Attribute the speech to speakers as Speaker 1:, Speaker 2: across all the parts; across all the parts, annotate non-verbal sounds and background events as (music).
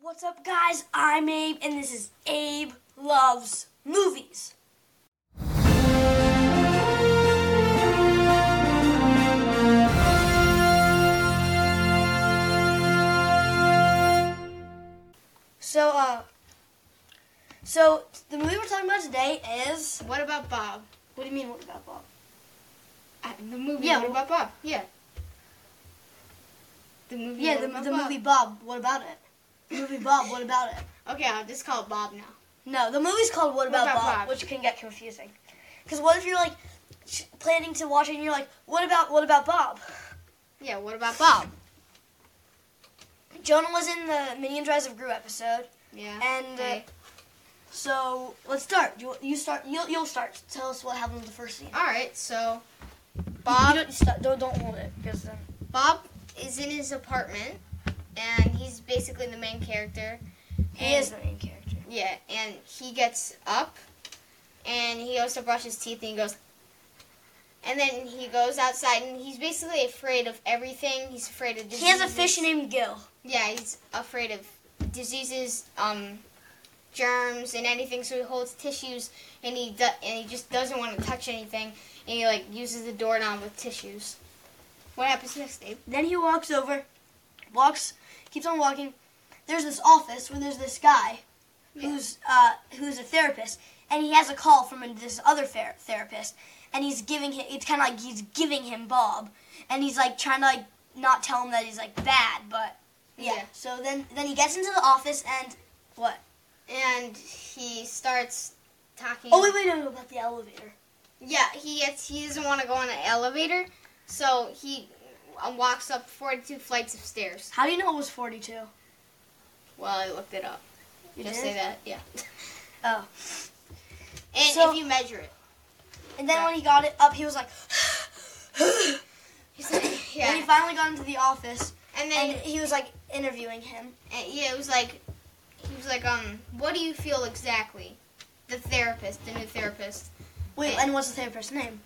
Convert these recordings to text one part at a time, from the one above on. Speaker 1: What's up, guys? I'm Abe, and this is Abe Loves Movies. So, uh, so the movie we're talking about today is.
Speaker 2: What about Bob?
Speaker 1: What do you mean? What about Bob?
Speaker 2: I, the movie.
Speaker 1: Yeah,
Speaker 2: What
Speaker 1: wh-
Speaker 2: about Bob? Yeah. The movie.
Speaker 1: Yeah,
Speaker 2: What
Speaker 1: the,
Speaker 2: About
Speaker 1: the
Speaker 2: Bob?
Speaker 1: movie Bob. What about it? The movie Bob. What about it?
Speaker 2: (laughs) Okay, I'll just call it Bob now.
Speaker 1: No, the movie's called What About,
Speaker 2: About
Speaker 1: Bob,
Speaker 2: Bob?
Speaker 1: which can get confusing. Because what if you're like sh- planning to watch it and you're like, what about what about Bob?
Speaker 2: Yeah. What about Bob?
Speaker 1: Jonah was in the Minions Rise of Gru episode,
Speaker 2: Yeah.
Speaker 1: and uh,
Speaker 2: okay.
Speaker 1: so let's start. You, you start. You'll, you'll start. Tell us what happened in the first scene.
Speaker 2: all right. So
Speaker 1: You
Speaker 2: Bob
Speaker 1: don't, stop, don't don't hold it because then
Speaker 2: Bob is in his apartment, and he's basically the main character.
Speaker 1: he
Speaker 2: And-
Speaker 1: is the main character.
Speaker 2: Yeah, and he gets up, and he goes to brush his teeth, and he goes. And then he goes outside, and he's basically afraid of everything. He's afraid of.
Speaker 1: He has a
Speaker 2: diseases.
Speaker 1: fish named Gil.
Speaker 2: Yeah, he's afraid of diseases, um, germs, and anything. So he holds tissues, and he do- and he just doesn't want to touch anything. And he like uses the doorknob with tissues. What happens next, Abe?
Speaker 1: Then he walks over, walks, keeps on walking. There's this office where there's this guy who's uh, who's a therapist, and he has a call from this other ther- therapist, and he's giving him. It's kind of like he's giving him Bob, and he's like trying to like not tell him that he's like bad, but yeah.
Speaker 2: Yeah.
Speaker 1: So then then he gets into the office and what?
Speaker 2: And he starts talking.
Speaker 1: Oh wait wait no no about the elevator.
Speaker 2: Yeah, he gets. He doesn't want to go on the elevator, so he um, walks up forty-two flights of stairs.
Speaker 1: How do you know it was forty two?
Speaker 2: Well, I looked it up.
Speaker 1: You
Speaker 2: just
Speaker 1: did?
Speaker 2: say that, (laughs) yeah.
Speaker 1: Oh.
Speaker 2: And
Speaker 1: So-
Speaker 2: if you measure it, (laughs)
Speaker 1: And then when he got it up, he was like. (gasps)
Speaker 2: he's like,
Speaker 1: When he
Speaker 2: yeah.
Speaker 1: finally got into the office,
Speaker 2: And then
Speaker 1: and he was like interviewing him.
Speaker 2: And, Uh, yeah, it was like he was like, um, what do you feel exactly? The therapist, the new therapist,
Speaker 1: Wait,
Speaker 2: Yeah.
Speaker 1: and what's the therapist's name?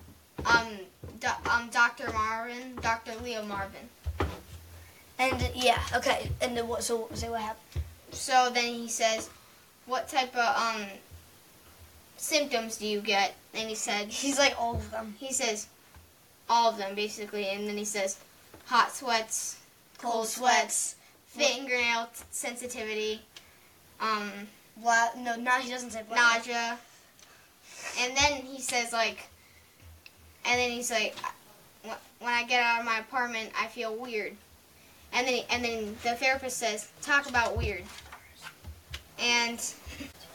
Speaker 2: um, do- um, Doctor Marvin, Doctor Leo Marvin.
Speaker 1: And yeah, okay. And then what? So say what happened?
Speaker 2: So then he says, what type of um symptoms do you get? And he said, (laughs)
Speaker 1: He's like all of them.
Speaker 2: he says, all of them basically. And then he says, hot sweats, cold sweats, fingernail t- sensitivity, um,
Speaker 1: Bla- no, no, he doesn't say bla-
Speaker 2: nausea. And then he says like, and then he's like, "Wh- when I get out of my apartment, I feel weird. And then and then the therapist says, talk about weird. And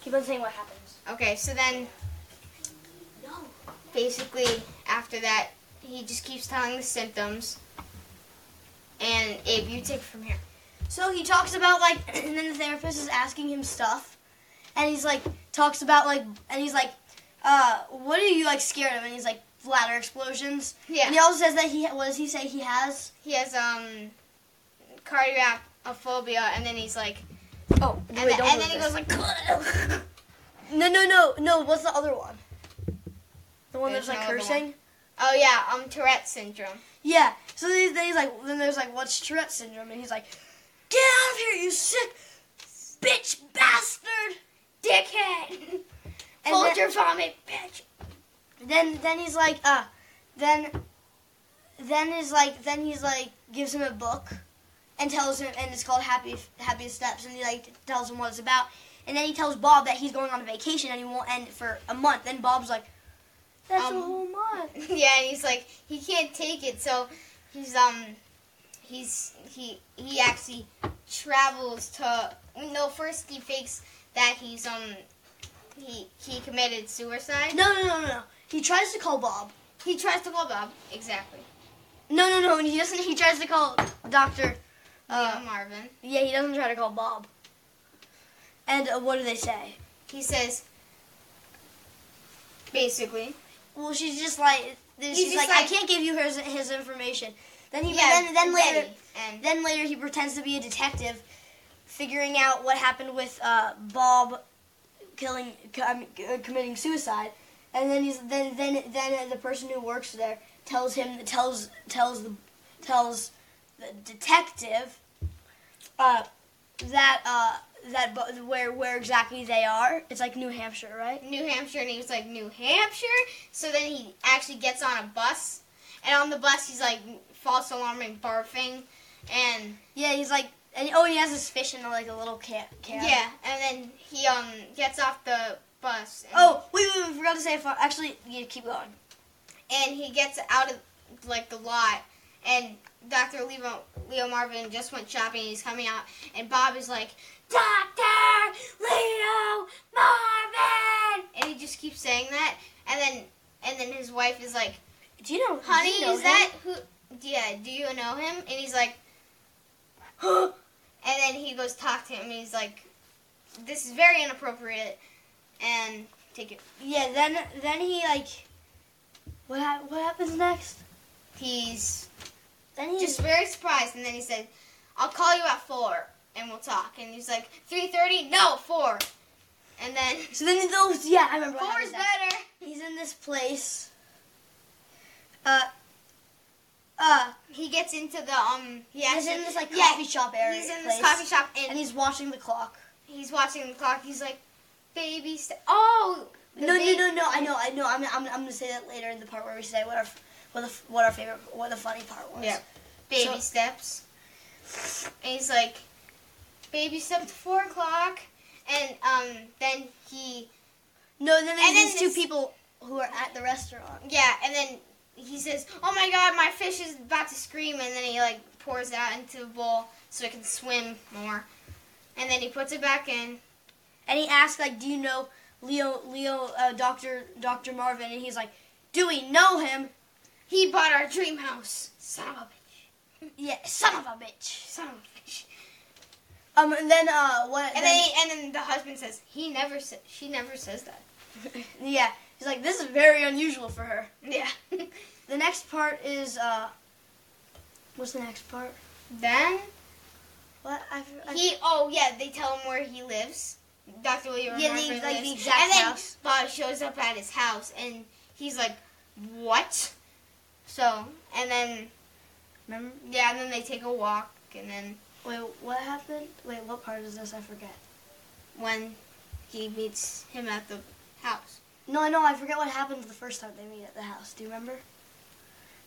Speaker 1: Keep on saying what happens.
Speaker 2: okay, so then
Speaker 1: No.
Speaker 2: basically after that, he just keeps telling the symptoms. And Abe, you take it from here.
Speaker 1: So he talks about like, (clears throat) and then the therapist is asking him stuff, and he's like talks about like, and he's like, uh, what are you like scared of? And he's like bladder explosions. And he
Speaker 2: Yeah,
Speaker 1: also says that he what does he say he has?
Speaker 2: he has um cardiac phobia, and then he's like,
Speaker 1: Oh,
Speaker 2: and, then- and then he goes like.
Speaker 1: no, no, no, no. What's the other one? The one
Speaker 2: There's
Speaker 1: that's like
Speaker 2: no other
Speaker 1: cursing.
Speaker 2: Oh yeah, um Tourette syndrome.
Speaker 1: Yeah. So then then he's like, then there's like, what's Tourette syndrome? And he's like, get out of here, you sick bitch bastard, dickhead. (laughs) And
Speaker 2: Hold
Speaker 1: then,
Speaker 2: your vomit, bitch.
Speaker 1: then then he's like, uh, then then is like then he's like gives him a book and tells him and it's called Happy Happy Steps and he like tells him what it's about and then he tells Bob that he's going on a vacation and he won't end for a month. Then Bob's like, that's a
Speaker 2: Um,
Speaker 1: whole month.
Speaker 2: (laughs) yeah, and he's like he can't take it, so he's um he's he he actually travels to no first he fakes that he's um he he committed suicide.
Speaker 1: No no no no no. He tries to call Bob.
Speaker 2: He tries to call Bob exactly.
Speaker 1: No, no, no. He doesn't. He tries to call Doctor.
Speaker 2: Uh,
Speaker 1: Uh,
Speaker 2: Marvin.
Speaker 1: yeah, he doesn't try to call Bob. And uh, what do they say?
Speaker 2: He says basically
Speaker 1: Well, she's just like she's
Speaker 2: He's
Speaker 1: like,
Speaker 2: just
Speaker 1: I
Speaker 2: like-
Speaker 1: can't give you his his information. Then he
Speaker 2: yeah.
Speaker 1: then then later
Speaker 2: Betty, and
Speaker 1: then later he pretends to be a detective, figuring out what happened with uh, Bob killing co- I mean, uh, committing suicide, and then he's then then then the person who works there tells him tells tells the tells the detective uh, that uh, that bu- where where exactly they are. It's like New Hampshire, right?
Speaker 2: New Hampshire, and he was like, New Hampshire? So then he actually gets on a bus, and on the bus, he's like, false alarming, barfing, and
Speaker 1: Yeah, he's like, and oh, he has his fish in like a little can. can.
Speaker 2: yeah, and then he um gets off the bus. And,
Speaker 1: Oh, wait, wait, wait, forgot to say. fu- Actually, you keep going.
Speaker 2: and he gets out of like the lot, and Doctor Leo Leo Marvin just went shopping. and He's coming out, and Bob is like, Doctor Leo Marvin, and he just keeps saying that, and then and then his wife is like,
Speaker 1: Do you know?
Speaker 2: Honey,
Speaker 1: do you know
Speaker 2: is that who? Yeah, do you know him? And he's like,
Speaker 1: him?
Speaker 2: and then he goes talk to him, and he's like, This is very inappropriate, and take it.
Speaker 1: yeah. Then then he like, what hap- what happens next?
Speaker 2: He's
Speaker 1: Then he
Speaker 2: just very surprised and then he said i'll call you at four and we'll talk and he's like 3.30 no four and then (laughs)
Speaker 1: So then those yeah, I remember. what
Speaker 2: four is
Speaker 1: happens next.
Speaker 2: better
Speaker 1: He's in this place. Uh. Uh,
Speaker 2: he gets into the um he
Speaker 1: he's
Speaker 2: actually,
Speaker 1: in this like
Speaker 2: yeah,
Speaker 1: coffee shop area.
Speaker 2: he's in
Speaker 1: place,
Speaker 2: this coffee shop and,
Speaker 1: and he's watching the clock.
Speaker 2: he's watching the clock he's like baby st- oh the
Speaker 1: No, no,
Speaker 2: ba-
Speaker 1: no, no. I know, I know. I'm, I'm, I'm gonna say that later in the part where we say what our, f- what, the, f- what our favorite, what the funny part was.
Speaker 2: Yeah. baby
Speaker 1: So-
Speaker 2: steps and he's like baby step to four o'clock and um then he
Speaker 1: No, then there's
Speaker 2: And then
Speaker 1: these two
Speaker 2: this-
Speaker 1: people who are at the restaurant.
Speaker 2: Yeah, and then he says, "Oh my God, my fish is about to scream!" And then he like pours it out into a bowl so it can swim more. And then he puts it back in.
Speaker 1: And he asks, like, do you know Leo, Leo, uh, Doctor, Doctor Marvin? And he's like, do we know him?
Speaker 2: He bought our dream house. Son of a bitch.
Speaker 1: Yeah, son of a bitch.
Speaker 2: Son of a bitch.
Speaker 1: Um, and then uh, what?
Speaker 2: And then, and then the husband says, "He never said. She never says that."
Speaker 1: yeah, he's like, this is very unusual for her.
Speaker 2: Yeah.
Speaker 1: The next part is uh, what's the next part?
Speaker 2: (laughs) then
Speaker 1: What I, I
Speaker 2: he. Oh yeah, they tell him where he lives. Dr. Leroy
Speaker 1: Yeah, the-
Speaker 2: Marvin
Speaker 1: like, the
Speaker 2: lives.
Speaker 1: exact
Speaker 2: And then
Speaker 1: house.
Speaker 2: Bob shows up at his house, and he's like, "What?" So, and then
Speaker 1: remember.
Speaker 2: Yeah, and then they take a walk, and then
Speaker 1: Wait, what happened? Wait, what part is this? I forget.
Speaker 2: when he meets him at the house.
Speaker 1: No, I know. I forget what happened the first time they meet at the house. Do you remember?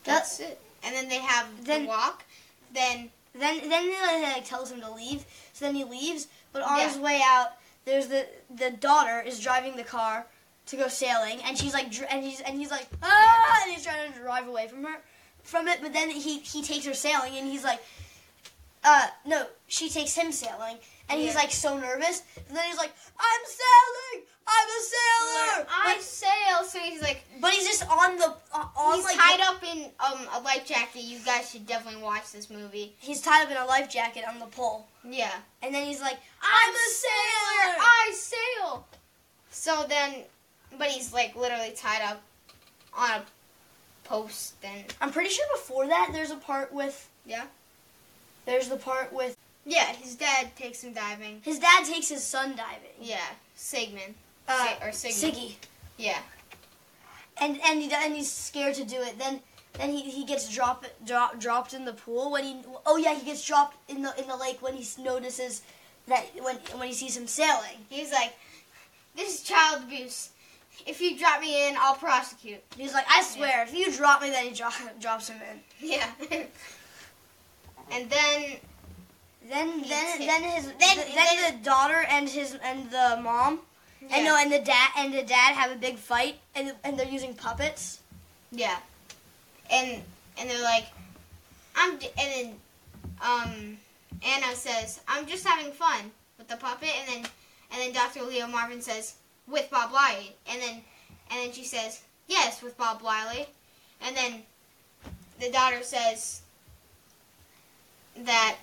Speaker 2: That's it. And then they have
Speaker 1: Then-
Speaker 2: the walk. Then
Speaker 1: Then then they like, tells him to leave. So then he leaves. But on
Speaker 2: Yeah.
Speaker 1: his way out, there's the the daughter is driving the car to go sailing, and she's like dr- and he's and he's like ah, and he's trying to drive away from her from it. But then he he takes her sailing, and he's like. Uh, no, she takes him sailing, and he's
Speaker 2: Yeah.
Speaker 1: like so nervous. And then he's like, "I'm sailing, I'm a sailor."
Speaker 2: I
Speaker 1: Like,
Speaker 2: sail, so he's like
Speaker 1: But he's just on the uh, on
Speaker 2: he's
Speaker 1: like
Speaker 2: tied up in um a life jacket. You guys should definitely watch this movie.
Speaker 1: he's tied up in a life jacket on the pole,
Speaker 2: Yeah,
Speaker 1: and then he's like, "I'm a sailor."
Speaker 2: I sail. So then, but he's like literally tied up on a post. And
Speaker 1: I'm pretty sure before that there's a part with
Speaker 2: yeah,
Speaker 1: there's the part with
Speaker 2: yeah, his dad takes him diving.
Speaker 1: his dad takes his son diving.
Speaker 2: Yeah, Sigmund
Speaker 1: Uh,
Speaker 2: Sig- or Sigmund.
Speaker 1: Siggy.
Speaker 2: Yeah.
Speaker 1: And and he do- and he's scared to do it. Then then he, he gets drop, drop dropped in the pool when he oh yeah he gets dropped in the in the lake when he s- notices that when when he sees him sailing.
Speaker 2: He was like, "This is child abuse. If you drop me in, I'll prosecute." (laughs)
Speaker 1: He's like, I swear, if you drop me, then he dro- (laughs) drops him in.
Speaker 2: Yeah. and then
Speaker 1: Then,
Speaker 2: Me
Speaker 1: then,
Speaker 2: too.
Speaker 1: then his then,
Speaker 2: Then-
Speaker 1: then,
Speaker 2: then-
Speaker 1: the daughter and his and the mom and no
Speaker 2: yeah,
Speaker 1: and the dad and the dad have a big fight and and they're using puppets.
Speaker 2: yeah, and and they're like, "I'm," j- and then um, Anna says, "I'm just having fun with the puppet," and then and then Dr. Leo Marvin says, "With Bob Liley," and then and then she says, "Yes, with Bob Liley," and then the daughter says that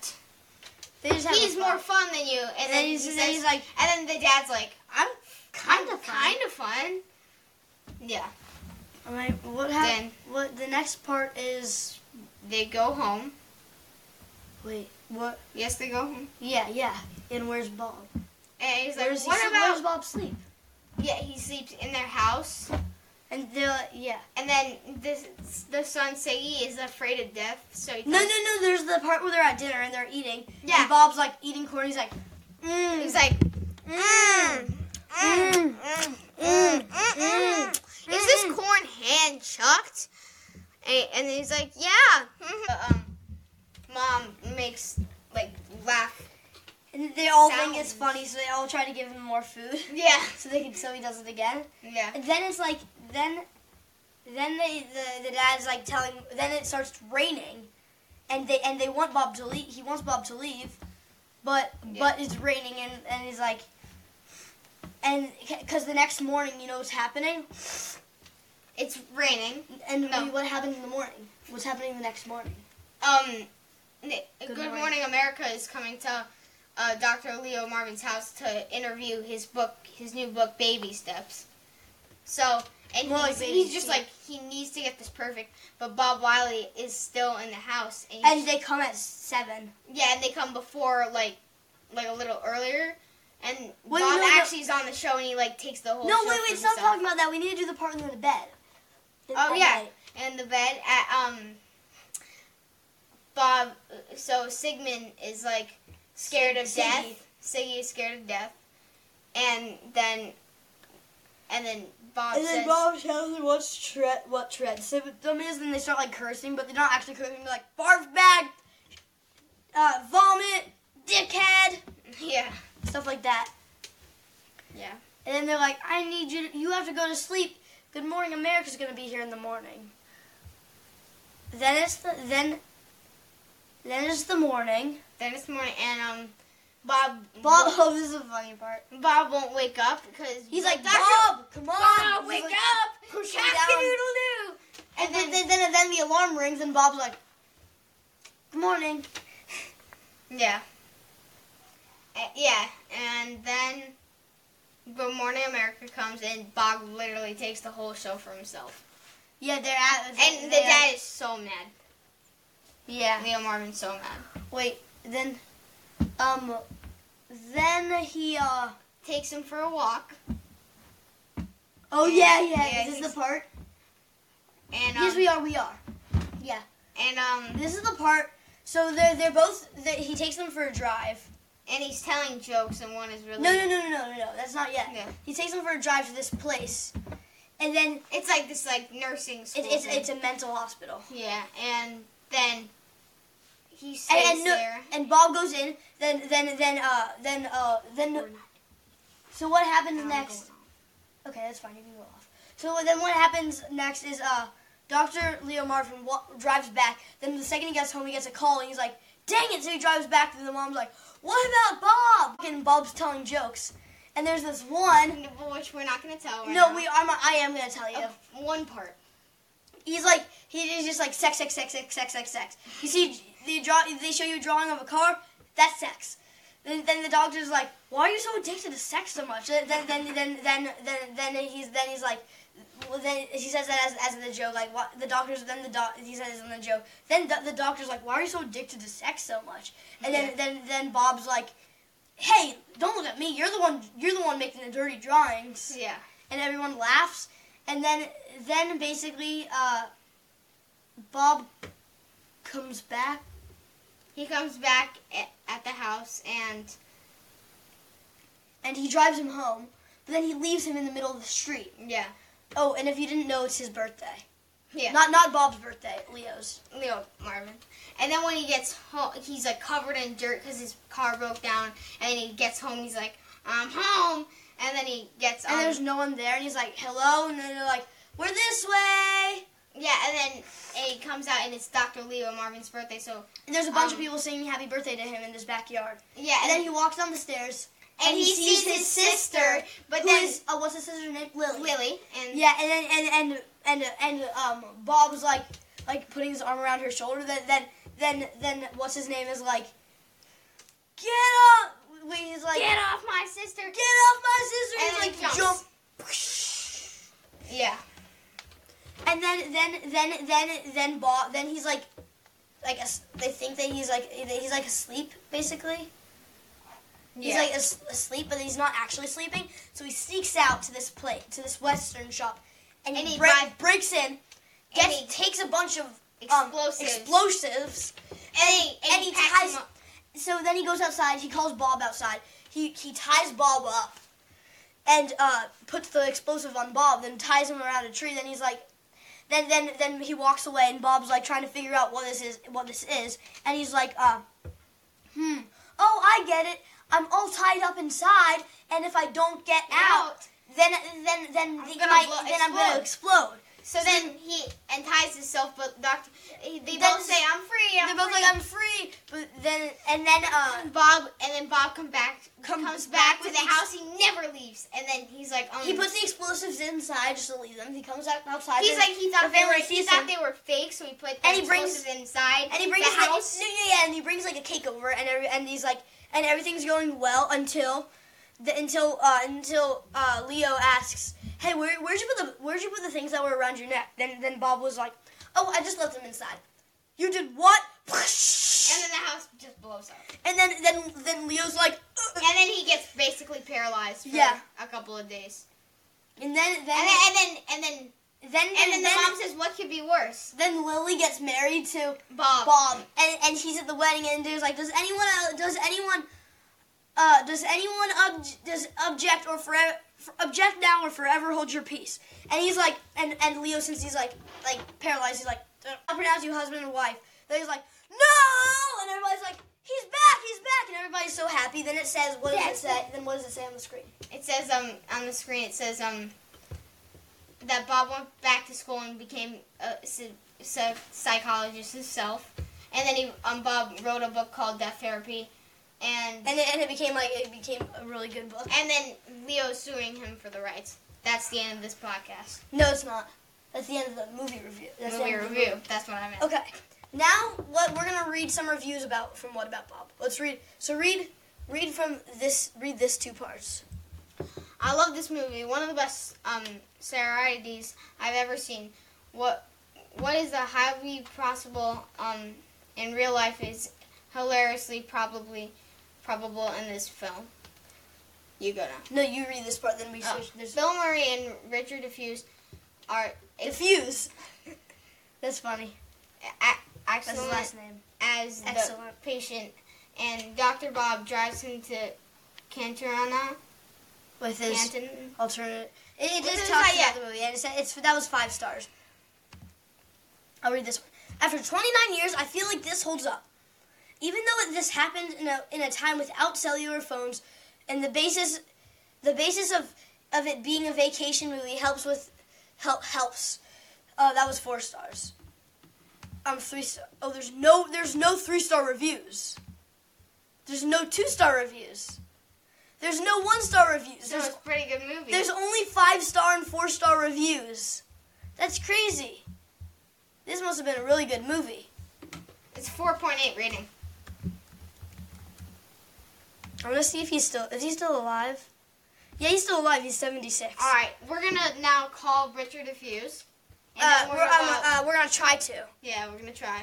Speaker 1: They just have a
Speaker 2: he's
Speaker 1: fight.
Speaker 2: more fun than you. And,
Speaker 1: And
Speaker 2: then,
Speaker 1: then he's,
Speaker 2: he
Speaker 1: and
Speaker 2: says,
Speaker 1: then he's like,
Speaker 2: and then the dad's like,
Speaker 1: I'm
Speaker 2: kind
Speaker 1: kind
Speaker 2: of
Speaker 1: of
Speaker 2: kind of fun. Yeah.
Speaker 1: All right, what happened?
Speaker 2: Then-
Speaker 1: What the next part is?
Speaker 2: They go home.
Speaker 1: Wait, what?
Speaker 2: Yes, they go home.
Speaker 1: Yeah, yeah. And where's Bob?
Speaker 2: And he's
Speaker 1: Where's
Speaker 2: like,
Speaker 1: he
Speaker 2: what
Speaker 1: sleep-
Speaker 2: about?
Speaker 1: where's Bob sleep?
Speaker 2: Yeah, he sleeps in their house.
Speaker 1: And they're like, yeah.
Speaker 2: And then this, the son Siggy is afraid of death, so he
Speaker 1: No, no,
Speaker 2: tells-
Speaker 1: no. There's the part where they're at dinner and they're eating.
Speaker 2: Yeah.
Speaker 1: And Bob's like eating corn. He's like, mm.
Speaker 2: He's like, mm, mm. he's like, yeah. But, um, mom makes like laugh.
Speaker 1: And they all think it's
Speaker 2: Sounds.
Speaker 1: funny, so they all try to give him more food, (laughs)
Speaker 2: Yeah.
Speaker 1: so they can so he does it again.
Speaker 2: Yeah.
Speaker 1: And then it's like then then they, the the dad's like telling then it starts raining and they and they want Bob to leave he wants Bob to leave but
Speaker 2: Yeah.
Speaker 1: but it's raining and and he's like and cuz the next morning you know what's happening
Speaker 2: It's raining.
Speaker 1: and
Speaker 2: No.
Speaker 1: what happened in the morning what's happening the next morning
Speaker 2: Um, N- Good,
Speaker 1: morning.
Speaker 2: morning. America is coming to uh, Dr. Leo Marvin's house to interview his book, his new book, Baby Steps. So, and
Speaker 1: More like
Speaker 2: he's,
Speaker 1: baby
Speaker 2: he's just
Speaker 1: steps.
Speaker 2: like he needs to get this perfect, but Bob Wiley is still in the house, and, he's-
Speaker 1: and they come at 7
Speaker 2: yeah, and they come before like like a little earlier, and
Speaker 1: Wait,
Speaker 2: Bob
Speaker 1: no, no.
Speaker 2: actually is on the show, and he like takes the whole
Speaker 1: No
Speaker 2: show
Speaker 1: wait
Speaker 2: for
Speaker 1: wait stop
Speaker 2: himself.
Speaker 1: talking about that we need to do the part in the bed
Speaker 2: Oh,
Speaker 1: At
Speaker 2: yeah.
Speaker 1: night.
Speaker 2: and the bed at um Bob so Sigmund is like scared of
Speaker 1: Siggy.
Speaker 2: death. Siggy is scared of death. And then and then Bob
Speaker 1: And then
Speaker 2: says
Speaker 1: Bob tells him what's tre- what Treadsividum is, and they start like cursing, but they're not actually cursing. They're like barf bag, uh, vomit, dickhead,
Speaker 2: (laughs) Yeah.
Speaker 1: stuff like that.
Speaker 2: Yeah.
Speaker 1: And then they're like, I need you. To- you have to go to sleep. Good Morning America's gonna be here in the morning. Then it's the then. Then it's the morning.
Speaker 2: Then it's morning and um Bob (laughs)
Speaker 1: Bob, oh, this is the funny part.
Speaker 2: Bob won't wake up because
Speaker 1: He's like,
Speaker 2: Dr.
Speaker 1: Bob, come on,
Speaker 2: Bob,
Speaker 1: He's
Speaker 2: wake
Speaker 1: like-
Speaker 2: up!
Speaker 1: push him down.
Speaker 2: Cock-a-doodle-doo!
Speaker 1: And then, then, then, then the alarm rings, and Bob's like, Good morning.
Speaker 2: Yeah. Uh, yeah, and then Good Morning America comes and Bob literally takes the whole show for himself.
Speaker 1: Yeah, they're at.
Speaker 2: And the
Speaker 1: they're-
Speaker 2: dad is so mad.
Speaker 1: Yeah.
Speaker 2: Leo Marvin's so mad.
Speaker 1: Wait, then, um, then he, uh,
Speaker 2: Takes him for a walk.
Speaker 1: oh yeah, yeah,
Speaker 2: Yeah,
Speaker 1: this is
Speaker 2: he's-
Speaker 1: the part.
Speaker 2: And um,
Speaker 1: yes, we are, we are. Yeah,
Speaker 2: and um
Speaker 1: this is the part. So they're they're both. They, he takes them for a drive.
Speaker 2: and he's telling jokes and one is really
Speaker 1: No, no, no, no, no, no, no. That's not yet.
Speaker 2: Yeah.
Speaker 1: He takes them for a drive to this place, and then it,
Speaker 2: It's like this like nursing school.
Speaker 1: it's
Speaker 2: thing.
Speaker 1: it's a mental hospital.
Speaker 2: yeah, and then he stays
Speaker 1: And, and, no,
Speaker 2: there.
Speaker 1: and Bob goes in. Then then then uh then uh then. So what happens next? Okay, that's fine. You can go off. So then what happens next is uh, Dr. Leo Marvin wa- drives back. Then the second he gets home, he gets a call, and he's like, dang it. So he drives back, and the mom's like, what about Bob? And Bob's telling jokes. And there's this one.
Speaker 2: Which we're not gonna tell right
Speaker 1: No,
Speaker 2: now.
Speaker 1: we. I'm. I am gonna tell you.
Speaker 2: Uh, one part.
Speaker 1: He's like. He is just like sex, sex, sex, sex, sex, sex, sex. You see, they draw. They show you a drawing of a car. That's sex. Then, then the doctor's like, "Why are you so addicted to sex so much?" Then, then, then, then, then, then, then he's then he's like, well, then he says that as, as the joke. Like, what the doctor's then the doc he says in the joke. Then the, the doctor's like, "Why are you so addicted to sex so much?" And then,
Speaker 2: Yeah.
Speaker 1: then, then Bob's like, "Hey, don't look at me. You're the one. You're the one making the dirty drawings."
Speaker 2: Yeah.
Speaker 1: and everyone laughs. And then then basically uh, Bob comes back.
Speaker 2: He comes back a- at the house and
Speaker 1: and he drives him home. But then he leaves him in the middle of the street.
Speaker 2: yeah,
Speaker 1: Oh, and if you didn't know, it's his birthday.
Speaker 2: yeah,
Speaker 1: Not not Bob's birthday, Leo's.
Speaker 2: Leo Marvin. And then when he gets home, he's like covered in dirt because his car broke down. And he gets home, he's like, I'm home. And then he gets
Speaker 1: And
Speaker 2: on-
Speaker 1: there's no one there, and he's like, "Hello," and then they're like, "We're this way."
Speaker 2: yeah, and then and he comes out and it's Dr. Leo Marvin's birthday. So
Speaker 1: And there's a bunch of
Speaker 2: Um.
Speaker 1: people singing "Happy Birthday" to him in his backyard.
Speaker 2: yeah,
Speaker 1: And then he walks down the stairs,
Speaker 2: and he sees his sister, but
Speaker 1: who
Speaker 2: then
Speaker 1: is uh, what's his sister's name? Lily.
Speaker 2: Lily and
Speaker 1: Yeah, and then and and and and um, Bob was like like putting his arm around her shoulder. Then then then then what's his name is like, get up. Wait, he's like,
Speaker 2: get off my sister.
Speaker 1: get off my sister.
Speaker 2: And
Speaker 1: he's
Speaker 2: he
Speaker 1: like,
Speaker 2: jumps.
Speaker 1: jump.
Speaker 2: Yeah,
Speaker 1: And then then then then then Bob then he's like, like as- they think that he's like that he's like asleep basically. He's
Speaker 2: yeah.
Speaker 1: like as- asleep, but he's not actually sleeping. So he sneaks out to this place, to this Western shop, and,
Speaker 2: And
Speaker 1: he,
Speaker 2: he
Speaker 1: break-
Speaker 2: buys-
Speaker 1: breaks in, gets,
Speaker 2: and he-
Speaker 1: takes a bunch of um,
Speaker 2: explosives.
Speaker 1: explosives.
Speaker 2: and, he, and,
Speaker 1: and
Speaker 2: he
Speaker 1: he
Speaker 2: packs
Speaker 1: ties-
Speaker 2: him up.
Speaker 1: So then he goes outside. He calls Bob outside. He he ties Bob up, and uh, puts the explosive on Bob. Then ties him around a tree. Then he's like, Then then then he walks away, and Bob's like trying to figure out what this is, what this is, and he's like, uh, hmm, oh, I get it. I'm all tied up inside, and if I don't get out,
Speaker 2: Out.
Speaker 1: then then then
Speaker 2: I'm
Speaker 1: it
Speaker 2: gonna
Speaker 1: might,
Speaker 2: blow-
Speaker 1: then I'm gonna explode.
Speaker 2: So then he entices himself, but Doctor, they both
Speaker 1: That's-
Speaker 2: say, "I'm free." I'm
Speaker 1: They're both
Speaker 2: free."
Speaker 1: like, I'm free, but then and then uh,
Speaker 2: And Bob, and then Bob come back,
Speaker 1: Come
Speaker 2: comes
Speaker 1: back
Speaker 2: back to
Speaker 1: with
Speaker 2: the
Speaker 1: ex-
Speaker 2: house. He never leaves, and then he's like, um,
Speaker 1: he puts the explosives inside just to leave them. He comes out outside.
Speaker 2: He's
Speaker 1: and-
Speaker 2: like he
Speaker 1: the
Speaker 2: thought they were
Speaker 1: family
Speaker 2: he
Speaker 1: sees
Speaker 2: thought
Speaker 1: him.
Speaker 2: they were fake, so he put the
Speaker 1: And he brings-
Speaker 2: explosives inside.
Speaker 1: and he brings
Speaker 2: the house.
Speaker 1: Like, yeah, yeah, and he brings like a cake over, and every, and he's like, and everything's going well until, the, until uh, until uh, Leo asks, "Hey, where, where'd you put the where'd you put the things that were around your neck?" Then then Bob was like, "Oh, I just left them inside." You did what? (laughs)
Speaker 2: and
Speaker 1: And
Speaker 2: then the house just blows up.
Speaker 1: then and then then, then Leo's like, "Ugh."
Speaker 2: (laughs) And then he gets basically paralyzed for
Speaker 1: Yeah.
Speaker 2: a couple of days.
Speaker 1: and then then
Speaker 2: And then and then and then
Speaker 1: then then,
Speaker 2: and then
Speaker 1: then,
Speaker 2: the mom says, "What could be worse?"
Speaker 1: then Lily gets married to
Speaker 2: Bob.
Speaker 1: Bob, and, and he's at the wedding, and there's like, does anyone, uh, does anyone, uh, does anyone ob- does object or forever f- object now or forever hold your peace? And he's like, and and Leo, since he's like like paralyzed, he's like, I'll pronounce you husband and wife. Then he's like, no, and everybody's like, he's back, he's back, and everybody's so happy. Then it says, what does it say? Then what does it say on the screen?
Speaker 2: It says um on the screen. It says um that Bob went back to school and became a, s- s- psychologist himself. And then he um Bob wrote a book called Death Therapy, and
Speaker 1: And it, and it became like it became a really good book.
Speaker 2: and then Leo's suing him for the rights. That's the end of this podcast.
Speaker 1: No, it's not. That's the end of the movie review. That's the
Speaker 2: movie
Speaker 1: end of the
Speaker 2: review. That's what I meant.
Speaker 1: Okay. Now what we're gonna read some reviews about from What About Bob. Let's read. So read read from this read this two parts.
Speaker 2: I love this movie. One of the best um, sororities I've ever seen. What what is a highly possible um, in real life is hilariously probably probable in this film. You go now.
Speaker 1: No, you read this part, then we
Speaker 2: Oh,
Speaker 1: switch. There's
Speaker 2: Bill Murray and Richard Diffuse are
Speaker 1: diffuse. (laughs) That's funny.
Speaker 2: a-
Speaker 1: That's his
Speaker 2: excellent
Speaker 1: last name.
Speaker 2: as the
Speaker 1: Excellent.
Speaker 2: patient, and Dr. Bob drives him to Cantorana.
Speaker 1: With his
Speaker 2: Canton.
Speaker 1: alternate. It, it
Speaker 2: This
Speaker 1: just
Speaker 2: is
Speaker 1: talks
Speaker 2: not yet.
Speaker 1: about the movie, and it said it's that was five stars. I'll read this one. After 29 years, I feel like this holds up. Even though this happened in a, in a time without cellular phones, and the basis the basis of, of it being a vacation movie helps with help helps. Uh, that was four stars. Um, three star. Oh, there's no there's no three star reviews. There's no two star reviews. There's no one star reviews.
Speaker 2: So
Speaker 1: There's
Speaker 2: it's a pretty good movie.
Speaker 1: there's only five star and four star reviews. That's crazy. This must have been a really good movie.
Speaker 2: it's 4.8 rating.
Speaker 1: I'm gonna see if he's still is he still alive? Yeah, he's still alive. He's 76.
Speaker 2: All right, we're gonna now call Richard Diffuse. And
Speaker 1: Uh,
Speaker 2: then
Speaker 1: we're,
Speaker 2: we're
Speaker 1: I'm,
Speaker 2: gonna-
Speaker 1: uh, we're gonna try to.
Speaker 2: yeah, we're gonna try.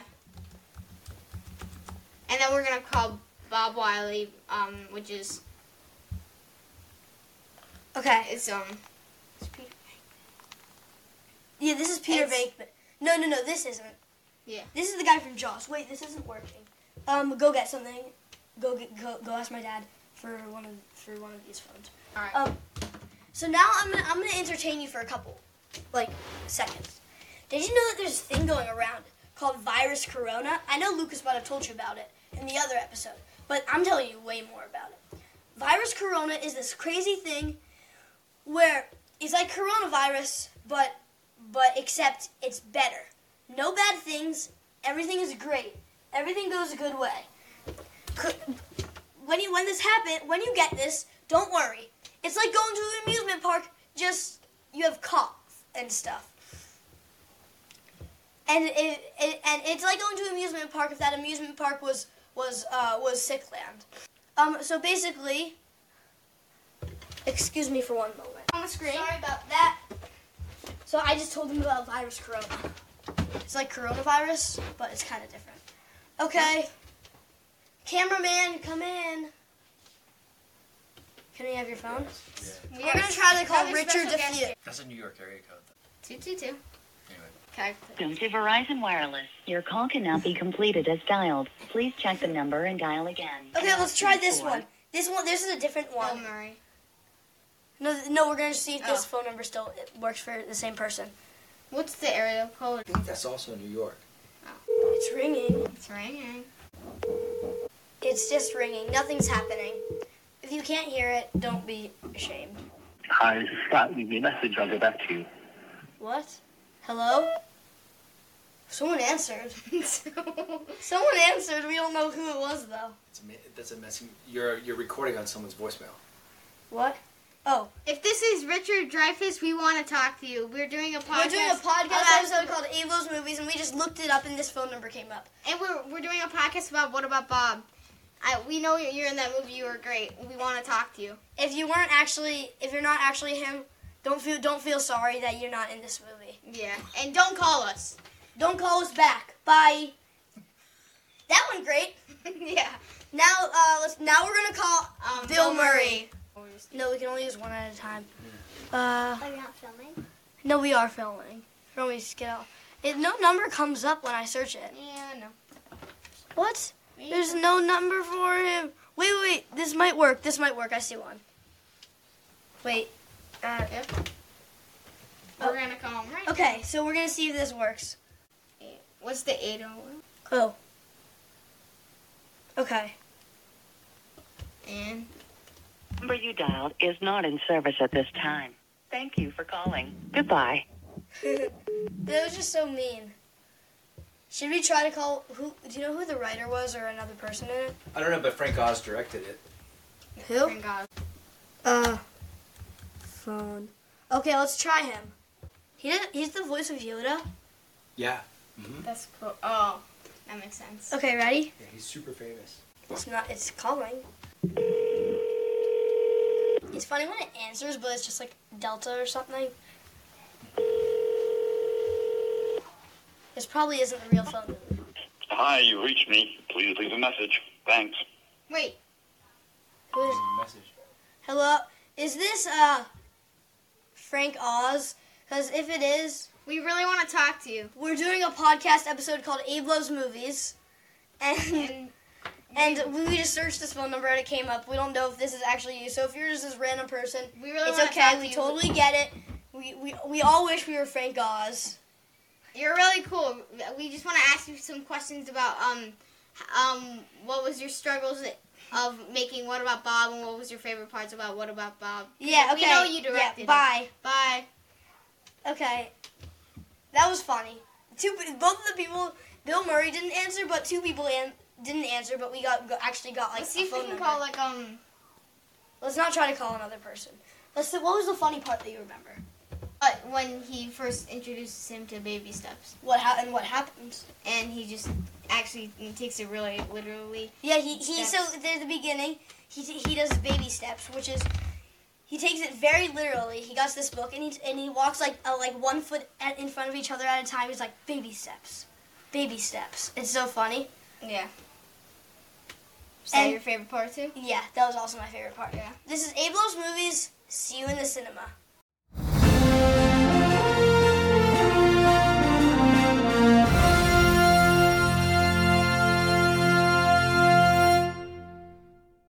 Speaker 2: And then we're gonna call Bob Wiley, um, which is
Speaker 1: Okay.
Speaker 2: it's um. it's Peter.
Speaker 1: Yeah, this is Peter
Speaker 2: It's-
Speaker 1: Bankman. No, no, no. This isn't.
Speaker 2: Yeah.
Speaker 1: This is the guy from Jaws. Wait, this isn't working. Um, go get something. Go get, go go ask my dad for one of for one of these phones.
Speaker 2: All right.
Speaker 1: Um, so now I'm gonna, I'm gonna entertain you for a couple, like seconds. Did you know that there's a thing going around called virus corona? I know Lucas might have told you about it in the other episode, but I'm telling you way more about it. Virus corona is this crazy thing where it's like coronavirus, but but except it's better. No bad things. Everything is great. Everything goes a good way. Co- when you when this happen when you get this, don't worry. It's like going to an amusement park, just you have cough and stuff. And it, it and it's like going to an amusement park if that amusement park was was uh, was sick land. Um, so basically, excuse me for one moment.
Speaker 2: on the screen.
Speaker 1: Sorry about that. So I just told them about virus corona. It's like coronavirus, but it's kind of different. Okay. Cameraman, come in. Can we have your phone?
Speaker 2: We
Speaker 1: We're
Speaker 2: have
Speaker 1: gonna try to call
Speaker 2: another
Speaker 1: Richard
Speaker 2: special guest
Speaker 1: Diffuse.
Speaker 2: here.
Speaker 3: That's a New York area code.
Speaker 2: Two
Speaker 3: though.
Speaker 2: two two.
Speaker 3: Anyway.
Speaker 2: Okay.
Speaker 4: Welcome to Verizon Wireless. Your call cannot be completed as dialed. Please check the number and dial again.
Speaker 1: Okay, let's try this
Speaker 4: Four.
Speaker 1: one. This one, this is a different
Speaker 2: Bill
Speaker 1: one.
Speaker 2: Murray.
Speaker 1: No, th- no, we're gonna see if this
Speaker 2: Oh.
Speaker 1: phone number still works for the same person.
Speaker 2: What's the area code?
Speaker 3: I think that's also New York.
Speaker 1: It's ringing.
Speaker 2: It's (laughs) ringing.
Speaker 1: It's just ringing. Nothing's happening. If you can't hear it, don't be ashamed.
Speaker 5: Hi, this is Scott. Leave me a message. I'll get back to you.
Speaker 1: What? Hello? Someone answered.
Speaker 2: so,
Speaker 1: Someone answered. We don't know who it was though.
Speaker 3: It's a, me- that's a message. You're you're recording on someone's voicemail.
Speaker 1: What? Oh,
Speaker 2: if this is Richard Dreyfuss, we want to talk to you. We're doing a podcast.
Speaker 1: we're doing a podcast
Speaker 2: about-
Speaker 1: episode called Abel's Movies, and we just looked it up, and this phone number came up.
Speaker 2: and we're we're doing a podcast about what about Bob? I, we know you're in that movie. You were great. We want to talk to you.
Speaker 1: If you weren't actually, if you're not actually him, don't feel don't feel sorry that you're not in this movie.
Speaker 2: Yeah. And don't call us. (laughs)
Speaker 1: Don't call us back. Bye. That one great.
Speaker 2: yeah.
Speaker 1: Now, uh, let's. Now we're gonna call
Speaker 2: Um,
Speaker 1: Bill
Speaker 2: Bill
Speaker 1: Murray.
Speaker 2: Murray.
Speaker 1: No, we can only use one at a time. Uh,
Speaker 6: Are you Oh, not filming?
Speaker 1: no, we are filming. Don't we just get out? It, no number comes up when I search it.
Speaker 2: Yeah. No.
Speaker 1: What? There's no number for him. Wait, wait, wait. This might work. This might work. I see one. Wait. Uh,
Speaker 6: Oh.
Speaker 2: We're gonna call him right.
Speaker 1: okay, so we're gonna see if this works.
Speaker 2: What's the 801?
Speaker 1: Oh. Okay.
Speaker 2: And
Speaker 4: The number you dialed is not in service at this time. Thank you for calling. Goodbye.
Speaker 1: (laughs) That was just so mean. Should we try to call who? Do you know who the writer was or another person in it?
Speaker 3: I don't know, but Frank Oz directed it.
Speaker 6: Oh.
Speaker 1: Who?
Speaker 2: Frank Oz.
Speaker 1: Uh, phone. Okay, let's try him. He did, he's the voice of Yoda.
Speaker 3: Yeah.
Speaker 2: That's cool. Oh, that makes sense.
Speaker 6: Oh.
Speaker 1: Okay, ready?
Speaker 3: Yeah, he's super famous.
Speaker 1: It's not. It's calling. It's funny when it answers, but it's just like Delta or something. This probably isn't the real phone number.
Speaker 5: Hi, you reached me. Please leave a message. Thanks.
Speaker 2: Wait.
Speaker 1: Who is,
Speaker 3: Message.
Speaker 1: hello? Is this uh Frank Oz? Because if it is,
Speaker 2: We really want to talk to you.
Speaker 1: we're doing a podcast episode called Abe Loves Movies, and
Speaker 2: And
Speaker 1: and we just searched this phone number and it came up. We don't know if this is actually you. So if you're just this random person,
Speaker 2: we really
Speaker 1: it's
Speaker 2: want to
Speaker 1: okay.
Speaker 2: talk
Speaker 1: We
Speaker 2: to you.
Speaker 1: totally get it. We, we, we all wish we were Frank Oz.
Speaker 2: You're really cool. We just want to ask you some questions about um um what was your struggles of making What About Bob and what was your favorite parts about What About Bob?
Speaker 1: Yeah. Okay.
Speaker 2: We know you
Speaker 1: Yeah,
Speaker 2: directed. it.
Speaker 1: bye.
Speaker 2: Bye.
Speaker 1: Okay. That was funny. Two pe- both of the people. Bill Murray didn't answer, but two people an- didn't answer. But we got go- actually got like
Speaker 2: Let's see
Speaker 1: a
Speaker 2: if we
Speaker 1: phone
Speaker 2: can
Speaker 1: number.
Speaker 2: call like um
Speaker 1: Let's not try to call another person. Let's. See, what was the funny part that you remember?
Speaker 2: uh, when he first introduces him to baby steps
Speaker 1: What ha- and what happened?
Speaker 2: and he just actually takes it really literally.
Speaker 1: Yeah. He he. So
Speaker 2: Steps.
Speaker 1: there's the beginning. He he does baby steps, which is. He takes it very literally. He got this book and he, and he walks like uh, like one foot at, in front of each other at a time. He's like baby steps, baby steps. It's so funny.
Speaker 2: Yeah. Is that
Speaker 1: And-
Speaker 2: your favorite part too?
Speaker 1: Yeah, that was also my favorite part.
Speaker 2: Yeah.
Speaker 1: This is Abel's Movies. See you in the cinema.